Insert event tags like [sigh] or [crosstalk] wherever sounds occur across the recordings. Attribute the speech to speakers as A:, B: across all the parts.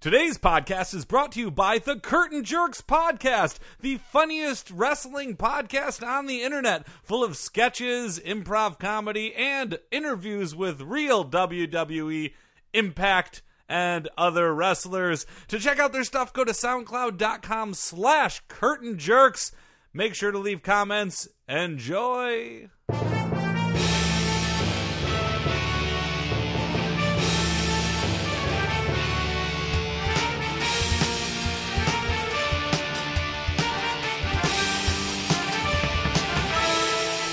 A: Today's podcast is brought to you by the Curtain Jerks Podcast, the funniest wrestling podcast on the internet, full of sketches, improv comedy, and interviews with real WWE, Impact, and other wrestlers. To check out their stuff, go to soundcloud.com slash curtain jerks. Make sure to leave comments. Enjoy.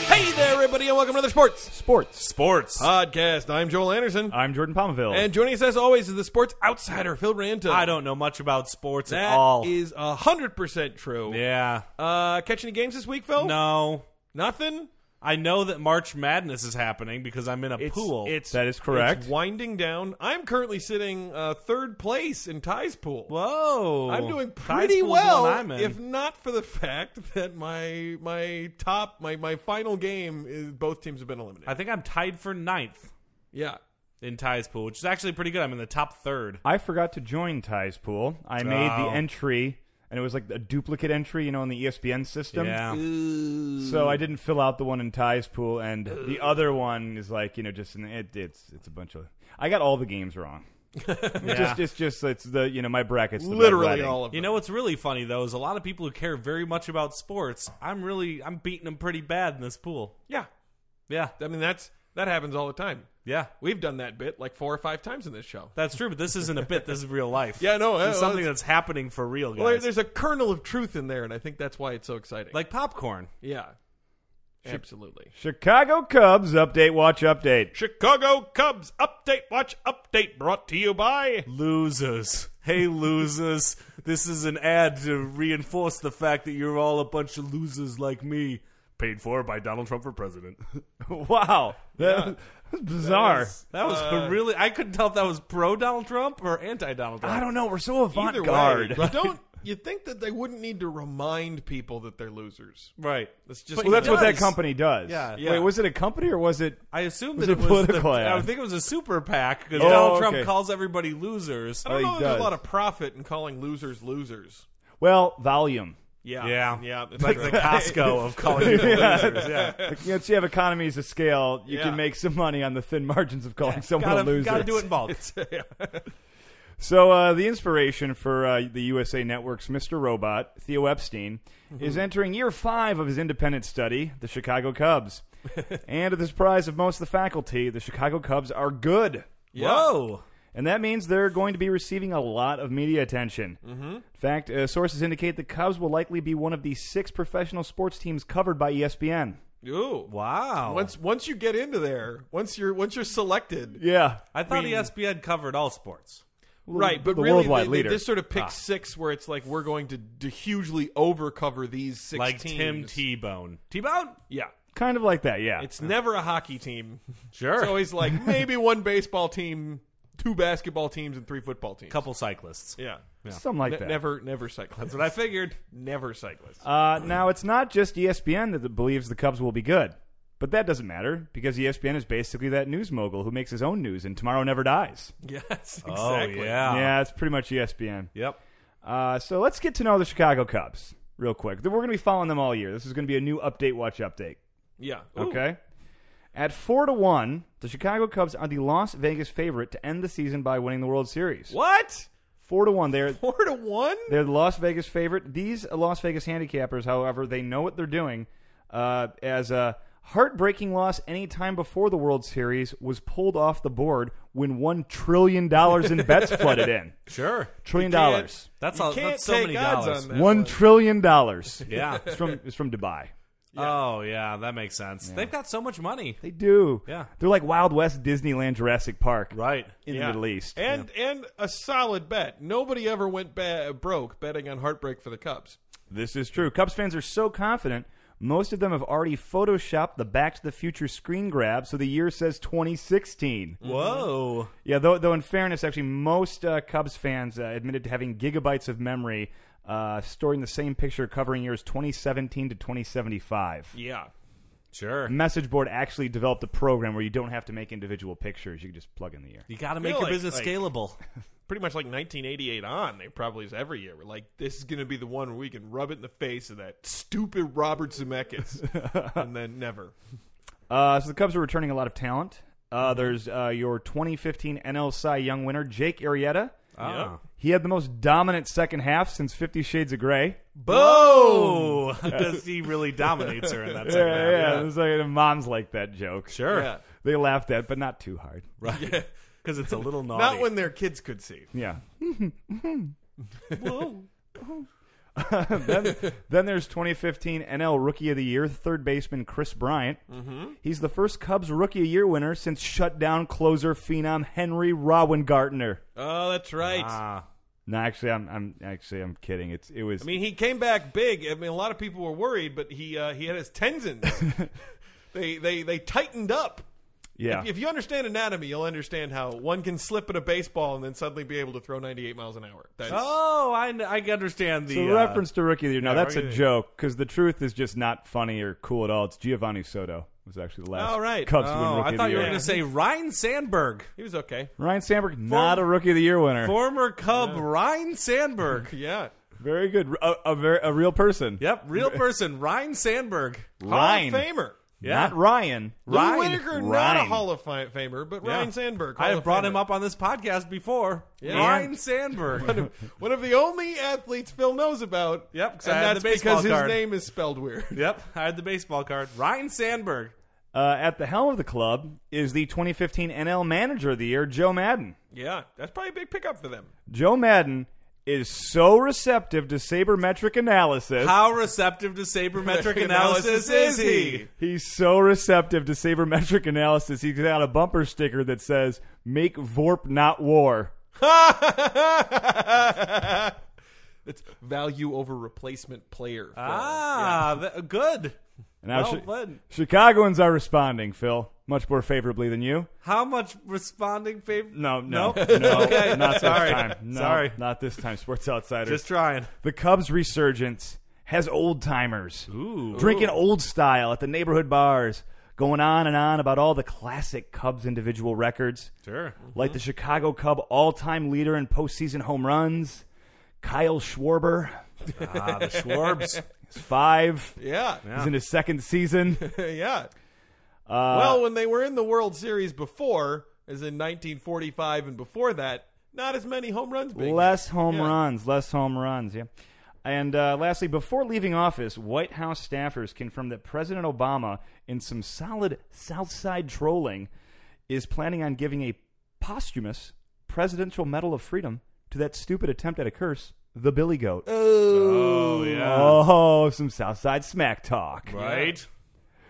A: Hey there, everybody, and welcome to another sports.
B: Sports
A: Sports.
B: podcast. I'm Joel Anderson,
C: I'm Jordan Palmville.
B: and joining us as always is the sports outsider Phil Ranta.
A: I don't know much about sports at
B: That
A: all.
B: is a hundred percent true.
A: yeah.
B: Uh, catch any games this week, Phil?
A: No.
B: nothing.
A: I know that March Madness is happening because I'm in a
B: It's,
A: pool.
B: It's
C: That is correct.
B: It's winding down. I'm currently sitting uh, third place in Ty's pool.
A: whoa.
B: I'm doing
A: High
B: pretty
A: school's the
B: well,
A: one I'm in.
B: if not for the fact [laughs] that my my top my my final game is both teams have been eliminated.
A: I think I'm tied for ninth
B: yeah,
A: in Ty's pool, which is actually pretty good. I'm in the top third.
C: I forgot to join Ty's pool. I made
A: Oh.
C: the entry, and it was like a duplicate entry, you know, in the E ESPN system.
A: Yeah.
C: So I didn't fill out the one in Ty's pool, and the other one is like, you know, just in, it, it's it's a bunch of. I got all the games wrong.
A: Yeah.
C: Just it's just it's the you know my brackets the red
B: literally
C: writing.
B: all of them.
A: you know what's really funny though is a lot of people who care very much about sports. I'm really I'm beating them pretty bad in this pool.
B: yeah.
A: Yeah,
B: I mean that's that happens all the time.
A: yeah,
B: We've done that bit like four or five times in this show.
A: that's true. But this isn't a bit. This is real life.
B: [laughs] Yeah, no,
A: This is
B: uh,
A: something
B: well,
A: that's happening for real, guys.
B: Well, there- there's a kernel of truth in there, and I think that's why it's so exciting.
A: like popcorn.
B: yeah, absolutely.
C: Chicago Cubs update. Watch update. [laughs]
B: Chicago Cubs update, watch update, brought to you [laughs] by.
A: Losers. Hey, losers. this is an ad to reinforce the fact that you're all a bunch of losers like me. Paid for by Donald Trump for president.
C: wow, that was bizarre.
A: That was a really. I couldn't tell if that was pro Donald Trump or anti Donald Trump.
C: I don't know. We're so avant
B: Either
C: garde.
B: way, you don't. You think that they wouldn't need to remind people that they're losers?
A: Right.
B: That's just
A: But
C: Well, that's
A: He
C: what that
A: does.
C: company does.
A: Yeah.
B: Yeah.
C: Wait, was it a company or was it?
A: I assume
C: Was
A: that it
C: it
A: was.
C: political
A: the, I
C: ad?
A: think it was a super PAC because
C: Oh,
A: Donald Trump
C: okay.
A: calls everybody losers.
B: I don't
C: he
B: know. if There's
C: does.
B: a lot of profit in calling losers losers.
C: Well, volume.
B: Yeah,
A: Yeah.
B: [laughs] yeah. that's
A: like
B: right.
A: the Costco of calling people losers. [laughs] Yeah.
C: Like, you know, so you have economies of scale. You
B: Yeah.
C: can make some money on the thin margins of calling someone
A: Gotta,
C: a loser.
A: gotta do it in bulk.
C: [laughs]
A: [laughs]
C: So uh, the inspiration for uh, the USA Network's Mr. Robot, Theo Epstein,
A: Mm-hmm.
C: is entering year five of his independent study, the
A: [laughs]
C: Chicago Cubs. and to the surprise of most of the faculty, the Chicago Cubs are good.
A: Whoa.
C: And that means they're going to be receiving a lot of media attention. Mm-hmm. In fact, uh, sources indicate the Cubs will likely be one of the six professional sports teams covered by E ESPN.
B: Ooh.
A: Wow.
B: Once once you get into there, once you're once you're selected,
C: Yeah.
A: I thought E ESPN covered all sports.
B: right but
C: the
B: really
C: worldwide
B: they,
C: leader. Ah.
B: this sort of pick six where it's like we're going to, to hugely overcover these six
A: Like
B: teams.
A: Tim T Bone. T Bone?
B: yeah
C: Kind of like that, yeah.
B: it's never a hockey team
A: [laughs] Sure.
B: it's always like maybe one baseball team two basketball teams and three football teams
A: couple cyclists.
B: yeah,
C: Something like
B: Ne-
C: that.
B: never never cyclists
A: That's what I figured.
B: never cyclists
C: Uh, now, it's not just E ESPN that believes the Cubs will be good, but that doesn't matter because E ESPN is basically that news mogul who makes his own news and tomorrow never dies.
B: yes
A: [laughs]
B: exactly
A: Oh
B: Ah.
A: yeah.
C: yeah, it's pretty much E ESPN.
A: Yep.
C: Uh, so let's get to know the Chicago Cubs real quick. We're going to be following them all year. This is going to be a new update, watch update.
B: yeah Ooh.
C: Okay. At four to one, the Chicago Cubs are the Las Vegas favorite to end the season by winning the World Series.
B: what
C: Four to one, they're
B: four to one
C: they're the Las Vegas favorite. These Las Vegas handicappers, however, they know what they're doing. Uh, as a heartbreaking loss any time before the World Series was pulled off the board when one trillion dollars in
B: [laughs]
C: bets flooded in.
A: Sure.
C: Trillion
B: You can't-
C: dollars.
A: That's
B: you
A: all-
B: can't
A: that's so
B: take
A: many
B: odds
A: dollars.
B: on that
C: One
B: one.
C: trillion dollars.
A: Yeah.
C: It's from it's from Dubai.
A: Oh yeah, that makes sense. They've got so much money.
C: They do.
A: Yeah.
C: They're like Wild West Disneyland Jurassic Park
A: Right.
C: in
B: Yeah.
C: the Middle East.
B: and and a solid bet nobody ever went ba- broke betting on heartbreak for the cubs
C: This is true. Cubs fans are so confident. Most of them have already photoshopped the Back to the Future screen grab, so the year says 2016.
A: Mm-hmm. Whoa.
C: Yeah, though, though in fairness, actually, most uh, Cubs fans uh, admitted to having gigabytes of memory uh, stored in the same picture covering years 2017 to 2075.
B: yeah
A: Sure.
C: Message Board actually developed a program where you don't have to make individual pictures; you can just plug in the year.
A: You got to make
B: feel
A: your
B: like-
A: business
B: like-
A: scalable.
B: pretty much like 1988 on, they probably is every year. We're like, this is going to be the one where we can rub it in the face of that stupid Robert [laughs] Zemeckis, and then [laughs] never.
C: Uh, so the Cubs are returning a lot of talent. Uh, there's uh, your 2015 NL Cy Young winner, Jake Arrieta.
A: Ah.
C: He had the most dominant second half since Fifty Shades of Grey.
A: Boom! Because he really dominates her in that second half.
C: yeah. It was like, the moms like that joke.
A: Sure.
B: Yeah.
C: They laughed at, but not too hard.
A: Right. Because it's a little naughty.
B: Not when their kids could see.
A: [laughs]
C: Yeah. then, then there's 2015 NL Rookie of the Year, third baseman Chris Bryant. Mm-hmm. He's the first Cubs Rookie of the Year winner since shutdown closer phenom Henry Rowengartner.
B: Oh, that's right.
A: Ah.
C: No, actually, I'm, I'm actually I'm kidding. It's it was
B: I mean, he came back big. I mean, a lot of people were worried, but he uh, he had his tendons. [laughs] they they they tightened up.
C: yeah.
B: If you understand anatomy, you'll understand how one can slip at a baseball and then suddenly be able to throw 98 miles an hour. That's,
A: Oh, I, I understand the
C: So
A: uh,
C: reference to Rookie of the Year. Now
B: yeah,
C: that's a
B: Rookie of the
C: joke because the truth is just not funny or cool at all. It's Giovanni Soto was actually the last
B: Oh, right.
C: Cubs to
A: Oh,
C: win Rookie
A: I
C: of the
A: thought you
C: Year.
A: were going to say Ryan Sandberg,
B: He was okay.
C: Ryan Sandberg, not a Rookie of the Year winner.
A: former Cub Ryan Sandberg.
B: Yeah.
C: Very good. A, a, ver- a real person.
A: Yep, real person Ryan Sandberg.
C: Ryan.
B: Hall of Famer.
C: Not Ryan.
B: Lou
A: Ryan.
B: Whitaker, not a
C: Ryan.
B: Hall of Fi- Famer, but
A: Yeah.
B: Ryan Sandberg.
A: I
B: Hall
A: have
B: of
A: brought
B: Famer.
A: him up on this podcast before.
B: Yeah.
A: Ryan Sandberg.
B: One of the only athletes Phil knows about.
A: Yep, 'cause
B: and
A: I had the
B: that's
A: baseball
B: because
A: card.
B: his name is spelled weird. [laughs]
A: yep, I had the baseball card. Ryan Sandberg.
C: Uh, at the helm of the club is the 2015 NL Manager of the Year, Joe Madden.
B: Yeah, that's probably a big pickup for them.
C: Joe Madden is so receptive to sabermetric analysis.
A: How receptive to sabermetric analysis is he?
C: He's so receptive to sabermetric analysis. He's got a bumper sticker that says "Make Vorp not war."
B: It's value over replacement player. Phil.
A: Ah, th- good.
C: And now
A: Well
C: Chi-
A: played.
C: Chicagoans are responding, Phil, much more favorably than you.
A: How much responding favor?
C: No, no,
A: Nope. [laughs]
C: no,
A: Okay.
C: not this
A: Sorry.
C: time. No,
A: Sorry.
C: not this time. Sports Outsiders.
A: Just trying.
C: the Cubs resurgence has old timers
A: Ooh.
C: drinking old style at the neighborhood bars, going on and on about all the classic Cubs individual records.
A: Sure.
C: like the Chicago Cub all-time leader in postseason home runs, Kyle Schwarber.
A: Ah, the Schwarbs.
C: [laughs] He's five.
B: Yeah, [laughs]
C: He's in his
A: [laughs]
C: second season.
B: yeah.
A: Uh,
B: well, when they were in the World Series before, as in 1945 and before that, not as many home runs. Being
C: less home
B: Yeah.
C: runs. Less home runs. Yeah. And uh, lastly, before leaving office, White House staffers confirmed that President Obama, in some solid South Side trolling, is planning on giving a posthumous Presidential Medal of Freedom to that stupid attempt at a curse, the Billy Goat.
A: Oh yeah.
C: Oh, some South Side smack talk.
A: Right.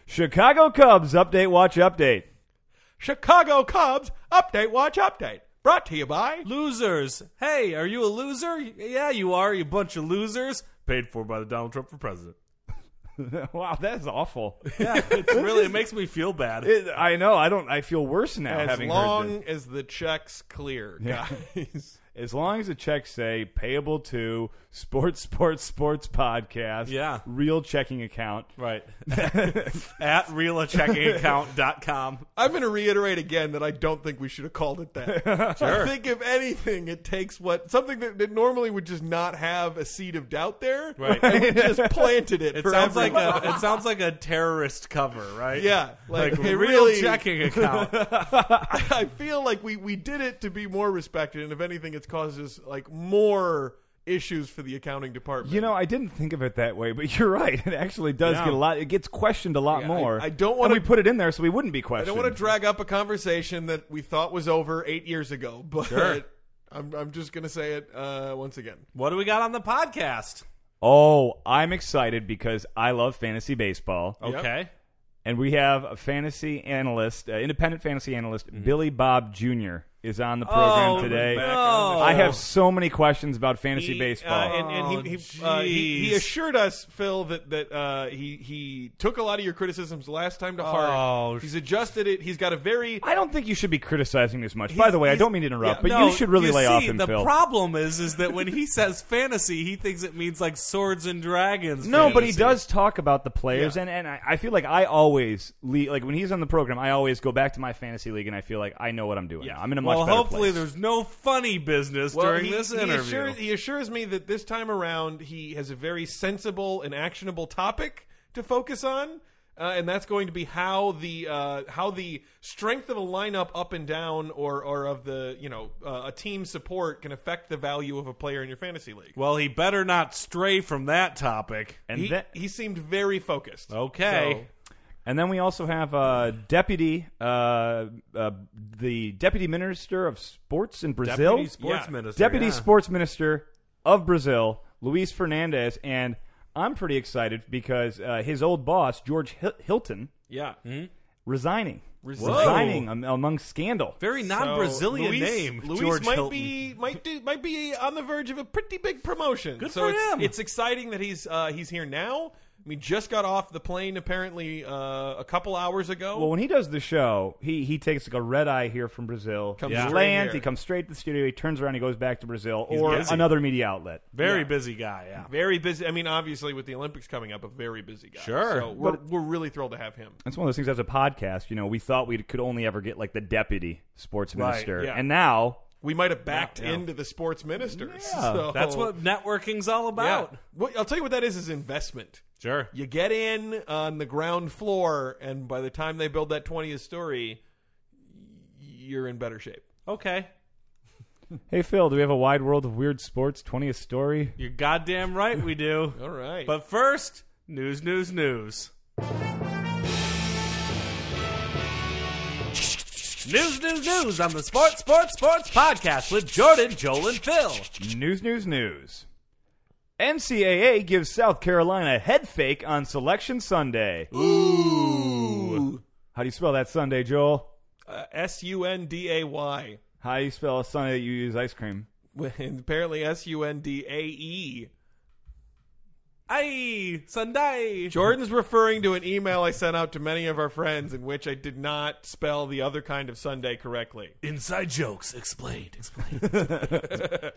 C: Chicago Cubs update, watch update. [laughs]
B: Chicago Cubs update. Watch update. Brought to you by.
A: Losers. Hey, are you a loser? Yeah, you are. You bunch of losers. Paid for by the Donald Trump for president.
C: wow, that's awful.
B: [laughs]
A: Yeah, it's really it makes me feel bad.
C: It- I know. I don't. I feel worse now.
B: As
C: having heard
B: long as the checks clear, guys.
C: this. as long as the checks say payable to Sports Sports Sports Podcast.
A: Yeah.
C: real checking account.
A: right. At realacheckingaccount.com.
B: I'm going to reiterate again that I don't think we should have called it that. I think if anything, it takes what something that, that normally would just not have a seed of doubt there.
A: Right.
B: and we just planted it.
A: It
B: for
A: sounds like
B: everyone.
A: a it sounds like a terrorist cover, right?
B: yeah,
A: [laughs] Like
B: like,
A: real
B: it really.
A: checking account.
B: [laughs] I feel like we we did it to be more respected, and if anything, it's caused us like more issues for the accounting department.
C: You know, I didn't think of it that way, but [laughs] you're right. It actually does
A: Yeah.
C: get a lot. It gets questioned a lot
B: Yeah, I-
C: more.
B: I don't
C: And
B: wanna-
C: we put it in there so we wouldn't be
B: I
C: questioned.
B: don't want to drag up a conversation that we thought was over eight years ago, [laughs] but I'm I'm just going to say it uh, once again.
A: what do we got on the podcast?
C: oh, I'm excited because I love fantasy baseball.
B: Oh,
A: Okay.
C: and we have a fantasy analyst, uh, independent fantasy analyst,
B: Mm-hmm.
C: Billy Bob Jr. is on the program
A: Oh,
C: today.
A: back on the
C: I have
A: show.
C: so many questions about fantasy
B: He,
C: baseball.
B: uh, and, and he, he, uh, he, he
A: Oh, jeez.
B: assured us, Phil, that that uh, he he took a lot of your criticisms last time to
A: Oh,
B: heart.
A: sh-
B: He's adjusted it. He's got a very
C: I don't think you should be criticizing this much. By the way, I
B: he's-
C: don't mean to interrupt,
B: yeah,
C: but
A: No,
C: you should really
A: you
C: lay
A: see,
C: off him,
A: the
C: Phil.
A: problem is, is that when he says fantasy, he thinks it means like swords and dragons.
C: no, but he
A: fantasy.
C: does talk about the players,
B: Yeah.
C: and, and I, I feel like I always le- like when he's on the program, I always go back to my fantasy league, and I feel like I know what I'm doing.
B: Yeah.
C: I'm in a much
A: well,
C: better
A: hopefully
C: place.
A: there's no funny business during
B: he,
A: this
B: he
A: interview.
B: assures- he assures me that this time around he has a very sensible and actionable topic to focus on, uh, and that's going to be how the uh, how the strength of a lineup up and down, or or of the you know uh, a team support can affect the value of a player in your fantasy league.
A: well, he better not stray from that topic.
C: and
B: he,
C: that- Oh,
B: he seemed very focused.
A: Okay.
C: And then we also have uh, deputy, uh, uh, the deputy minister of sports in Brazil,
A: Deputy sports
B: Yeah.
A: minister.
C: Deputy
A: yeah.
C: sports minister of Brazil, Luis Fernandez, and I'm pretty excited because uh, his old boss George Hil- Hilton
B: Yeah.
C: resigning,
B: Whoa.
C: resigning am- among scandal.
A: Very
B: So,
A: non-Brazilian
B: Oh, Luis-
A: name.
B: Luis
A: George
B: might
A: Hilton.
B: be might do might be on the verge of a pretty big promotion.
A: Good
B: so
A: for
B: it's,
A: him.
B: It's exciting that he's uh, he's here now. I mean, just got off the plane apparently uh, a couple hours ago.
C: Well, when he does the show, he he takes like a red eye here from Brazil.
B: Comes
C: he
B: straight
C: lands,
B: here.
C: he comes straight to the studio, he turns around, he goes back to Brazil or
A: busy.
C: another media outlet.
A: Very busy guy. Yeah.
B: very busy. I mean, obviously with the Olympics coming up, a very busy guy.
A: Sure.
B: So we're we're really thrilled to have him.
C: It's one of those things as a podcast, you know, we thought we could only ever get like the deputy sports
A: Right,
C: minister.
B: yeah.
C: And now
B: We might have backed
A: Yeah, yeah.
B: into the sports ministers.
C: Yeah.
B: So-
A: That's what networking's all
B: Yeah.
A: about.
B: What- I'll tell you what that is is investment.
A: Sure.
B: You get in on the ground floor, and by the time they build that twentieth story, you're in better shape.
A: Okay.
C: Hey Phil, do we have a wide world of weird sports 20th story?
A: You're goddamn right we [laughs] do.
B: All right.
A: But first, news, news, news. News, news, news on the Sports, Sports, Sports podcast with Jordan, Joel, and Phil.
C: News, news, news. NCAA gives South Carolina a head fake on Selection Sunday.
B: Ooh.
C: How do you spell that Sunday, Joel?
B: Uh, S U N D A Y. [laughs]
C: How do you spell a Sunday that you use ice cream?
B: And apparently S U N D A E.
A: Aye, Sunday.
B: Jordan's referring to an email I sent out to many of our friends in which I did not spell the other kind of Sunday correctly.
A: Inside jokes explained. Explained.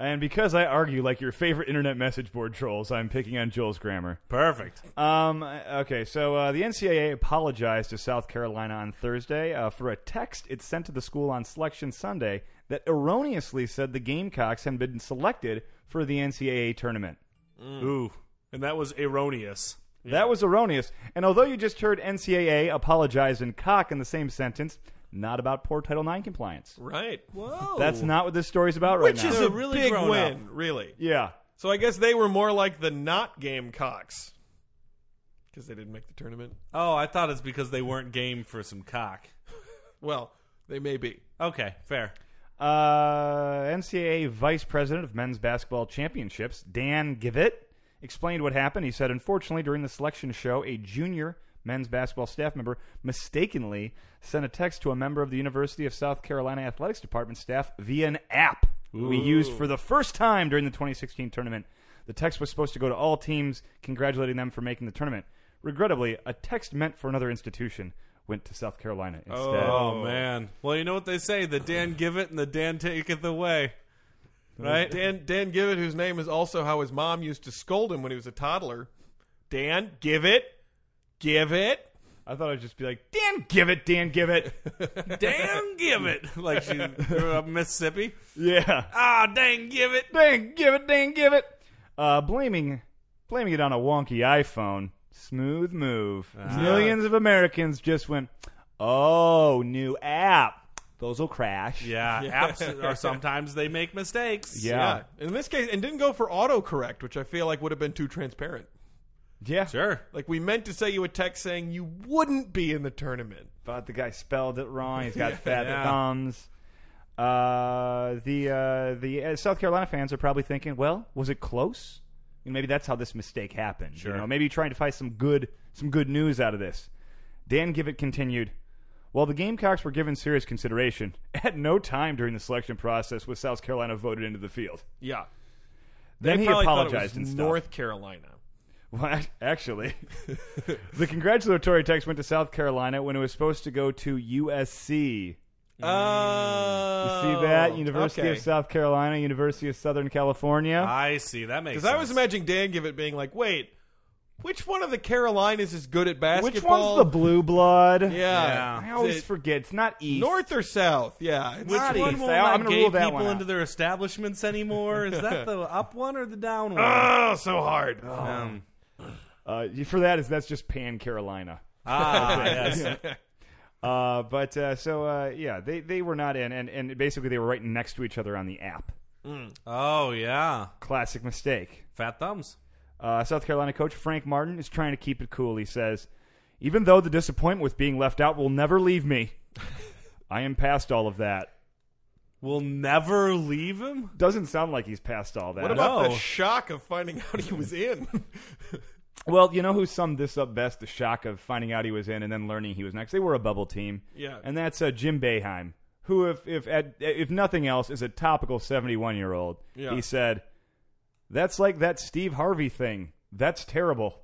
C: And because I argue like your favorite internet message board trolls, I'm picking on Joel's grammar.
A: Perfect.
C: Um, okay, so uh, the NCAA apologized to South Carolina on Thursday uh, for a text it sent to the school on Selection Sunday that erroneously said the Gamecocks had been selected for the NCAA tournament.
A: Ooh, and that was erroneous.
C: That was erroneous. And although you just heard NCAA apologize and cock in the same sentence, not about poor Title IX compliance.
B: Right.
A: Whoa.
C: That's not what this story's about right
B: Oh. Which
C: now.
B: is
A: They're
B: a
A: really
B: big
A: grown
B: win, really.
C: yeah.
B: So I guess they were more like the not Gamecocks because they didn't make the tournament.
A: Oh, I thought it's because they weren't game for some cock.
B: Well, they may be.
A: Okay, fair.
C: Uh, NCAA Vice President of Men's Basketball Championships, Dan Givett, explained what happened. He said, unfortunately, during the selection show, a junior men's basketball staff member mistakenly sent a text to a member of the University of South Carolina Athletics Department staff via an app we used for the first time during the 2016 tournament. The text was supposed to go to all teams, congratulating them for making the tournament. Regrettably, a text meant for another institution went to South Carolina instead.
A: Oh, man. Well, you know what they say: the Dan giveth and the Dan taketh away. Right?
B: Dan Dan Givett, whose name is also how his mom used to scold him when he was a toddler. Dan, give it. Give it.
C: I thought I'd just be like, Dan, give it, Dan, give [laughs] it.
A: Dan giveth, [laughs] like she grew up in Mississippi.
C: yeah.
A: Ah, dang giveth.
C: Dan, give it, Dan, give it. Uh, blaming, blaming it on a wonky iPhone. Smooth move. Millions of Americans just went, oh, new app. Those will crash.
A: Yeah, apps [laughs] are sometimes they make mistakes.
C: Yeah.
B: In this case, and didn't go for autocorrect, which I feel like would have been too transparent.
C: Yeah.
A: sure.
B: Like we meant to say you a text saying you wouldn't be in the tournament.
C: But the guy spelled it wrong. He's
B: [laughs]
C: got fat
A: Yeah.
C: thumbs. Uh, the uh, the uh, South Carolina fans are probably thinking, well, was it close? You know, maybe that's how this mistake happened.
A: Sure.
C: You know, maybe trying to find some good some good news out of this. Dan Givett continued. While the Gamecocks were given serious consideration, [laughs] at no time during the selection process was South Carolina voted into the field.
B: Yeah.
C: Then
B: They
C: he
B: probably thought it
C: apologized
B: was
C: and stuff.
B: North Carolina.
C: [laughs] What?
B: [laughs]
C: Actually, the congratulatory text went to South Carolina when it was supposed to go to USC.
A: Mm.
B: Oh.
C: See that? University
B: okay. Ah,
C: of South Carolina, University of Southern California.
A: I see. That makes
B: Because I was
A: sense.
B: imagining Dan Givett being like, wait, Which one of the Carolinas is good at basketball?
C: Which one's the blue blood?
B: Yeah.
C: I
B: Is
C: always
B: it
C: forget. It's not East.
B: North or South? Yeah. it's-
C: Which- Not
A: Which one
C: east.
A: will
C: I- I'm
A: not
C: gonna
A: gay
C: rule that
A: people
C: one
A: into
C: out.
A: their establishments anymore? Is that the up one or the down one?
B: [laughs] oh, so hard.
A: Um,
C: Uh, for that is that's just Pan Carolina. [laughs]
A: ah, yes.
C: Uh, but uh, so uh, yeah, they they were not in, and and basically they were right next to each other on the app.
A: Oh yeah,
C: Classic mistake.
A: fat thumbs.
C: Uh, South Carolina coach Frank Martin is trying to keep it cool. He says, even though the disappointment with being left out will never leave me, [laughs] I am past all of that.
A: We'll never leave him.
C: Doesn't sound like he's past all that.
B: What about
A: No.
B: the shock of finding out he was in?
A: [laughs]
C: well, you know who summed this up best? The shock of finding out he was in and then learning he was next. They were a bubble team.
B: Yeah.
C: And that's uh, Jim Beheim, who, if, if, at, if nothing else, is a topical 71 year old.
B: Yeah.
C: He said, that's like that Steve Harvey thing. That's terrible.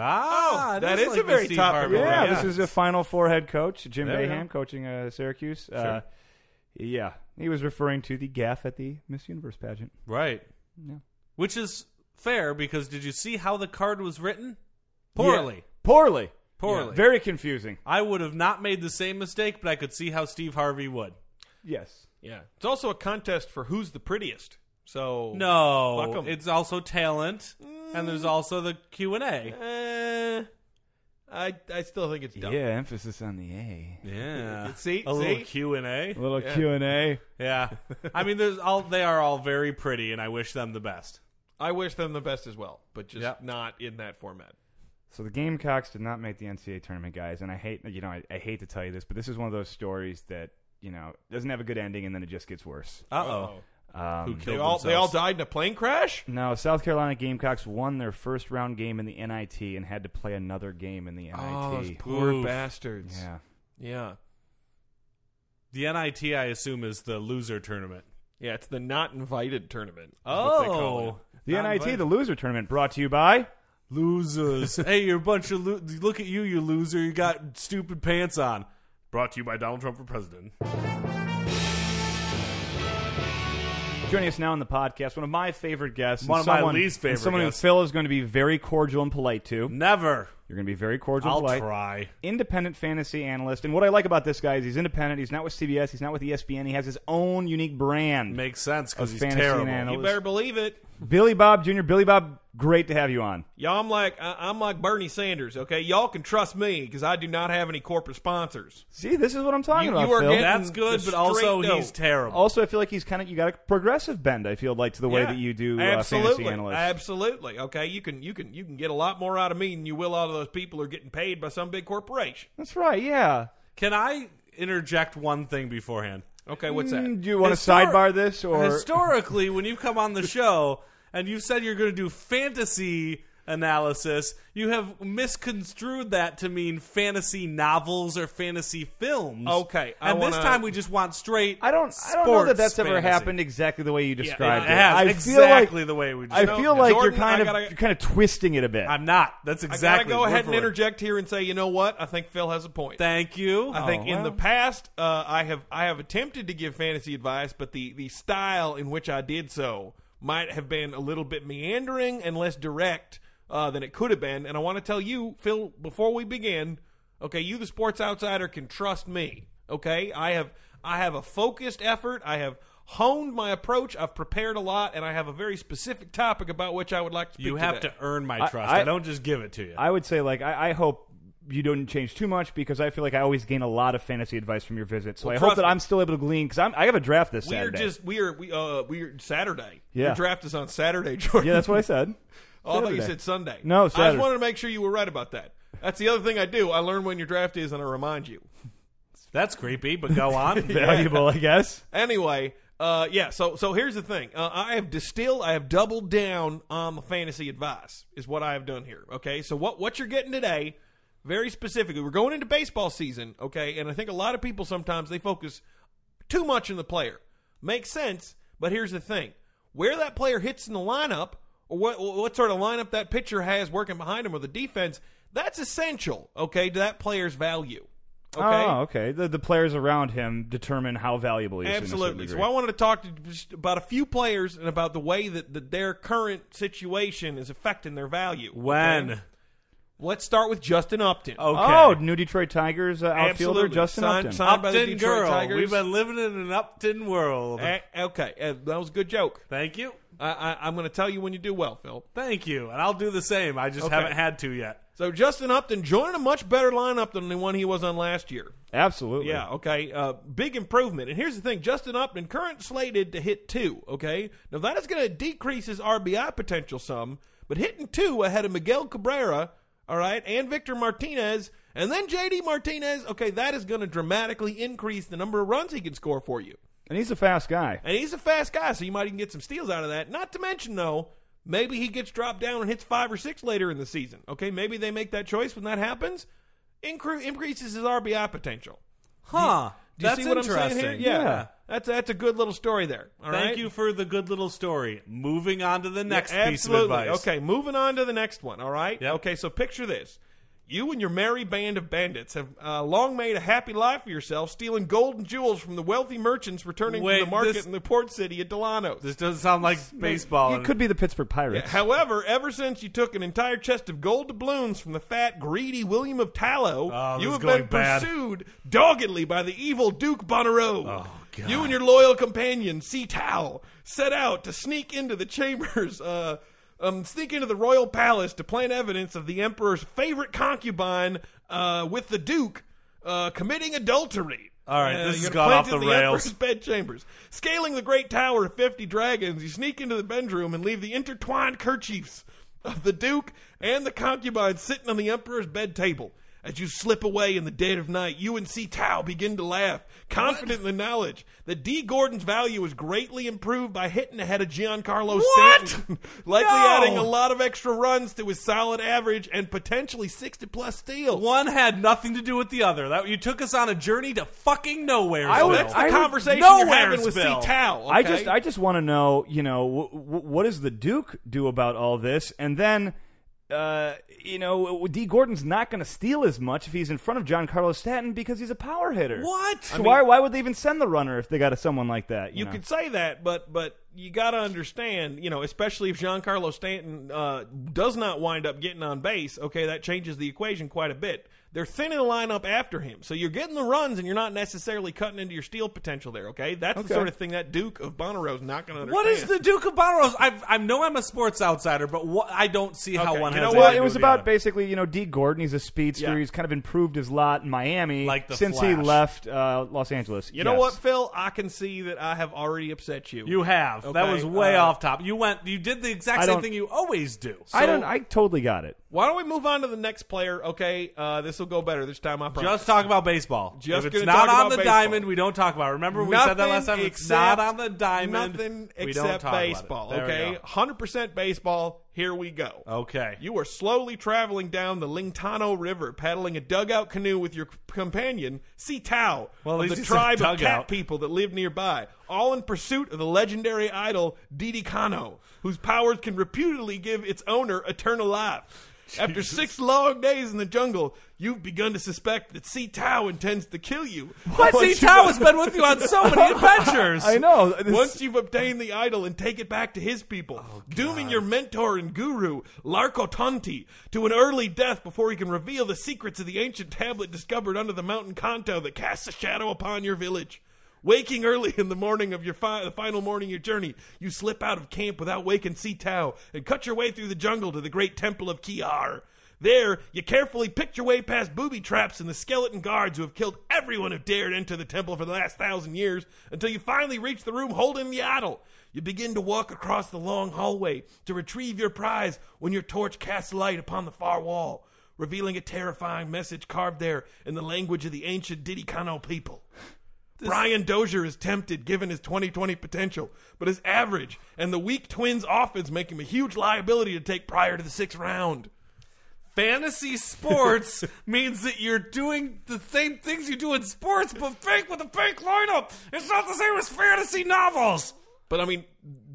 A: Ah, it
B: that is
A: like
B: a very
A: the Steve
B: topical
A: Harvey
B: one.
A: one.
C: Yeah,
B: Yeah.
C: this is a Final Four head coach, Jim
A: There we
C: Boeheim,
A: go.
C: coaching uh, Syracuse. Uh, yeah, he was referring to the gaff at the Miss Universe pageant.
A: right.
C: No.
A: Which is fair because did you see how the card was written? Poorly,
C: Yeah. poorly,
A: poorly.
C: very confusing.
A: I would have not made the same mistake, but I could see how Steve Harvey would.
C: Yes,
B: yeah. It's also a contest for who's the prettiest. So Fuck
A: No,
B: 'em.
A: it's also talent, and there's also the Q and A.
B: Uh, I I still think it's dumb.
C: yeah, emphasis on the A.
A: [laughs] Yeah,
B: See?
A: a little
B: See?
A: Q and A.
C: A little Q and A.
A: [laughs] Yeah, I mean, there's all they are all very pretty, and I wish them the best.
B: I wish them the best as well, but just
A: Yep.
B: not in that format.
C: So the Gamecocks did not make the NCAA tournament, guys, and I hate you know I, I hate to tell you this, but this is one of those stories that you know doesn't have a good ending, and then it just gets worse.
A: Uh oh,
C: Um,
A: who
B: They
A: killed
B: all they all
A: themselves?
B: died in a plane crash.
C: No, South Carolina Gamecocks won their first round game in the NIT and had to play another game in the NIT.
A: Oh, poor Oof.
B: Oh, bastards.
C: yeah.
B: yeah,
A: The NIT, I assume, is the loser tournament.
B: Yeah, It's the not invited tournament.
A: Oh,
C: The NIT, the loser tournament, brought to you by.
A: losers. [laughs] hey, you're a bunch of lo- look at you, you loser. You got stupid pants on. Brought to you by Donald Trump for president.
C: Joining us now on the podcast, one of my favorite guests, and
A: One of my
C: someone-
A: least
C: and
A: favorite
C: someone
A: guests.
C: who Phil is going to be very cordial and polite to. You're
A: Never.
C: going to be very cordial
A: I'll
C: and polite.
A: try.
C: Independent fantasy analyst, and what I like about this guy is he's independent. He's not with CBS. He's not with E ESPN. He has his own unique brand.
A: Makes sense because
C: Of
A: he's
C: fantasy and
A: terrible.
C: anal-
B: You better believe it.
C: Billy Bob Jr. Billy Bob, great to have you on.
B: Y'all, I'm like I, I'm like Bernie Sanders. Okay, y'all can trust me because I do not have any corporate sponsors.
C: See, this is what I'm talking
B: You-
C: about.
B: you are
C: Phil.
B: getting-
A: That's good,
B: The
A: but also
B: straight
A: he's
B: dope.
A: terrible.
C: Also, I feel like he's kind of you got a progressive bend. I feel like to the way
B: Yeah.
C: that you do uh,
B: absolutely,
C: fantasy analyst.
B: absolutely. Okay, you can you can you can get a lot more out of me than you will out of those people who are getting paid by some big corporation.
C: That's right. Yeah.
A: Can I interject one thing beforehand?
B: Okay, what's that?
C: Mm, Do you want
A: Histori-
C: to sidebar this or
A: historically when you come on the show and you've said you're going to do fantasy analysis you have misconstrued that to mean fantasy novels or fantasy films
B: Okay, I
A: and this
B: wanna-
A: time we just want straight
C: I don't. I don't know that
A: sports
C: that's ever
A: fantasy.
C: happened exactly the way you described
A: it has
C: I feel
A: exactly
C: like,
A: the way we
C: I
A: described
C: feel
A: it.
C: like
B: Jordan,
C: you're kind
B: I
C: of
B: gotta-
C: you're kind of twisting it a bit.
A: i'm not that's exactly
B: I gotta go ahead and
A: word for word.
B: interject here and say, you know what? I think Phil has a point.
A: thank you
B: I think
C: Oh,
B: in
C: well.
B: the past, uh, I have I have attempted to give fantasy advice, but the the style in which I did so might have been a little bit meandering and less direct uh, than it could have been. And I want to tell you, Phil, before we begin, okay, you the sports outsider can trust me. Okay, I have I have a focused effort. I have honed my approach. I've prepared a lot, and I have a very specific topic about which I would like to. Speak
A: you have
B: today.
A: to earn my trust I,
C: I-
A: don't just give it to you
C: I would say like I, I hope you don't change too much because I feel like I always gain a lot of fantasy advice from your visit. So I hope
B: trust
C: that
B: me.
C: I'm still able to glean because I have a draft this
B: We are
C: Saturday.
B: just we are we uh we are Saturday.
C: Yeah.
B: Your draft is on Saturday, [laughs] Jordan.
C: yeah, that's what I said.
B: Oh, I thought you
C: Saturday.
B: said Sunday.
C: No,
B: I
C: Saturday.
B: just wanted to make sure you were right about that. That's the other thing I do. I learn when your draft is, and I remind you.
A: that's creepy but go
B: [laughs]
A: on
C: valuable, I guess.
B: Anyway, uh, yeah. So, so here's the thing. Uh, I have distilled. I have doubled down on the fantasy advice. Is what I have done here. Okay. So what what you're getting today, very specifically, we're going into baseball season. Okay, and I think a lot of people sometimes they focus too much on the player. Makes sense, but here's the thing: where that player hits in the lineup, or what what sort of lineup that pitcher has working behind him, or the defense, that's essential. Okay, to that player's value. Okay.
C: Oh, okay. The, the players around him determine how valuable he is. to a certain
B: Absolutely. So
C: degree.
B: I wanted to talk to just about a few players and about the way that, that their current situation is affecting their value.
A: When?
B: Okay? Let's start with Justin Upton. Uh,
A: Okay.
C: Oh, New Detroit Tigers uh, outfielder
B: Absolutely.
C: Justin
B: Signed-
C: Upton.
B: signed- by the
A: Upton
B: Detroit
A: girl.
B: Tigers.
A: We've been living in an Upton world.
B: Eh, okay, eh, that was a good joke.
A: Thank you.
B: I, I, I'm going to tell you when you do well, Phil.
A: Thank you. And I'll do the same. I just
B: Okay.
A: haven't had to yet.
B: So Justin Upton joined a much better lineup than the one he was on last year.
C: Absolutely.
B: Yeah, okay. Uh, big improvement. And here's the thing Justin Upton, current slated to hit two, okay? Now, that is going to decrease his RBI potential some, but hitting two ahead of Miguel Cabrera, all right, and Victor Martinez, and then JD Martinez, okay, that is going to dramatically increase the number of runs he can score for you.
C: And he's a fast guy.
B: And he's a fast guy, so you might even get some steals out of that. Not to mention, though, maybe he gets dropped down and hits five or six later in the season. Okay, maybe they make that choice when that happens. Incre- increases his RBI potential.
A: Huh.
B: Do you
A: That's
B: see what I'm
A: interesting.
B: saying here? Yeah.
C: Yeah.
B: That's that's a good little story there. All right.
A: Thank you for the good little story. Moving on to the next
B: Yeah,
A: piece of
B: absolutely.
A: advice.
B: Okay, moving on to the next one. All right.
A: Yep.
B: Okay, so picture this. You and your merry band of bandits have uh, long made a happy life for yourself, stealing gold and jewels from the wealthy merchants returning
A: Wait,
B: from the market
A: this-
B: in the port city at Delano's.
A: This doesn't sound like baseball.
B: Um,
C: It could be the Pittsburgh Pirates.
B: However, ever since you took an entire chest of gold doubloons from the fat, greedy William of Tallow,
A: Oh, this
B: you
A: is
B: have
A: going
B: been
A: bad.
B: pursued doggedly by the evil Duke Bonnero.
A: Oh,
B: You and your loyal companion, Sea Tao, set out to sneak into the chambers, [laughs] uh, um, sneak into the royal palace to plant evidence of the emperor's favorite concubine uh, with the Duke uh, committing adultery.
A: All right,
B: Uh,
A: this has
B: you're gonna
A: gone
B: plant
A: off
B: in
A: the
B: emperor's
A: rails.
B: bedchambers. Scaling the great tower of 50 dragons, you sneak into the bedroom and leave the intertwined kerchiefs of the duke and the concubine sitting on the emperor's bed table. As you slip away in the dead of night, you and Si Tao begin to laugh, confident in the knowledge that D. Gordon's value is greatly improved by hitting ahead of Giancarlo
A: What?
B: Stanton, [laughs] likely
A: No!
B: adding a lot of extra runs to his solid average and potentially 60 plus steals.
A: One had nothing to do with the other. That you took us on a journey to fucking nowhere.
C: I
B: So
C: would-
B: that's the
C: I would-
B: conversation you're having with Si
A: Nowheresville.
B: Tao.
C: I
B: okay?
C: just I just want to know, you know, w- w- what does the Duke do about all this? And then, uh, you know, w- D. Gordon's not going to steal as much if he's in front of John Carlos Stanton because he's a power hitter.
A: What?
C: So why why would they even send the runner if they got a, someone like that? You,
B: You
C: know?
B: could say that, but but you got to understand, you know, especially if Giancarlo Stanton uh, does not wind up getting on base. Okay, that changes the equation quite a bit. They're thinning the lineup after him, so you're getting the runs, and you're not necessarily cutting into your steal potential there. Okay, that's the
C: Okay.
B: sort of thing that Duke of Bonnero's not going to understand.
A: What is the Duke of Bonneros? I've, I know I'm a sports outsider, but what, I don't see how
B: Okay,
A: one
B: you
A: has
B: know
C: Well,
B: what?
A: anything
C: it
A: to
C: was
A: do with the
C: about
A: other.
C: basically, you know, D. Gordon. He's a speedster.
B: Yeah.
C: He's kind of improved his lot in Miami
A: Like the
C: since he
A: Flash.
C: left uh, Los Angeles.
B: You know what, Phil? I can see that I have already upset you.
A: You have. that
B: Okay,
A: was way
B: uh,
A: off top. You went. You did the exact
C: I
A: same
C: don't-
A: thing you always do.
C: I don't. I totally got it.
B: Why don't we move on to the next player? Okay, uh, this will go better this time. I promise.
A: Just talk about baseball.
B: Just
A: if it's
B: gonna
A: not
B: talk
A: on
B: about
A: the
B: baseball.
A: diamond, we don't talk about. it. Remember we said that last time. It's not on the diamond.
B: Nothing
A: we
B: except
A: don't talk about it.
B: baseball.
A: There we
B: Okay,
A: go.
B: hundred percent baseball. Here we go.
A: Okay.
B: You are slowly traveling down the Lingtano River, paddling a dugout canoe with your c- companion, Si Tao,
A: Well, at
B: of
A: least
B: the
A: it's a
B: tribe
A: dugout.
B: of cat people that live nearby, all in pursuit of the legendary idol Didi Kano, whose powers can reputedly give its owner eternal life. After six long days in the jungle, you've begun to suspect that Si Tao intends to kill you.
A: But
B: Once
A: see,
B: you've
A: Tom has been with you on so
B: [laughs]
A: many adventures.
C: I know. This-
B: once you've obtained the idol and take it back to his people, dooming your mentor and guru, Larco Tonti, to an early death before he can reveal the secrets of the ancient tablet discovered under the mountain Kanto that casts a shadow upon your village. Waking early in the morning of your fi- the final morning of your journey, you slip out of camp without waking Si Tao and cut your way through the jungle to the great temple of Kiar. There, you carefully picked your way past booby traps and the skeleton guards who have killed everyone who dared enter the temple for the last thousand years until you finally reach the room holding the idol. You begin to walk across the long hallway to retrieve your prize when your torch casts light upon the far wall, revealing a terrifying message carved there in the language of the ancient Didikano people. Brian Dozier is tempted given his 2020 potential, but his average and the weak Twins offense make him a huge liability to take prior to the sixth round.
A: fantasy
C: [laughs]
A: sports means that you're doing the same things you do in sports, but fake with a fake lineup. It's not the same as fantasy novels.
B: But I mean,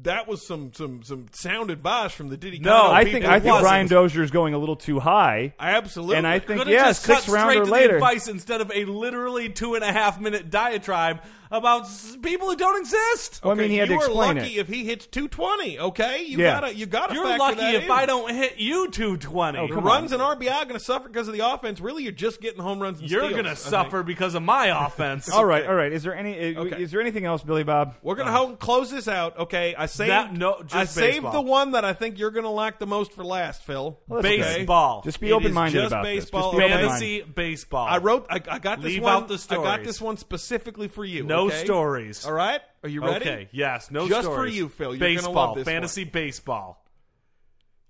B: that was some some some sound advice from the Diddy.
A: No,
B: Kano
C: I
B: people.
C: think I
A: It
C: think
A: wasn't.
C: Brian Dozier is going a little too high.
B: absolutely.
C: And I think-
A: Could have
C: yeah,
A: just cut
C: sixth round
A: straight
C: or
A: to the
C: later.
A: advice instead of a literally two and a half minute diatribe about s- people who don't exist.
C: Well, I mean, he had
B: you
C: to explain
B: are lucky
C: it.
B: if he hits 220. Okay, you
C: Yeah.
B: gotta you gotta.
A: You're
B: factor
A: lucky
B: that
A: if
B: in.
A: I don't hit you 220.
C: Oh, come on.
B: runs and RBI are going to suffer because of the offense. Really, you're just getting home runs. And
A: You're
B: steals,
A: going
B: I
A: to
B: think.
A: suffer because of my offense.
C: [laughs] All right, all right. Is there any? uh,
B: Okay.
C: Is there anything else, Billy Bob?
B: We're gonna help close this out, okay? I saved
A: Oh. That- no, just
B: I saved
A: baseball.
B: the one that I think you're gonna like the most for last, Phil.
C: Well, that's okay.
A: Baseball.
C: Just
B: It
C: be
B: is
C: open minded
B: just
C: about this.
B: baseball.
C: Just be open-minded.
A: Fantasy baseball.
B: I wrote. I, I got this
A: Leave
B: one.
A: out the
B: I got this
A: stories.
B: one specifically for you.
A: No
B: okay?
A: stories.
B: All right. Are you ready?
A: Okay. Yes. No.
B: Just
A: stories.
B: for you, Phil. You're gonna
A: baseball.
B: love this
A: fantasy baseball.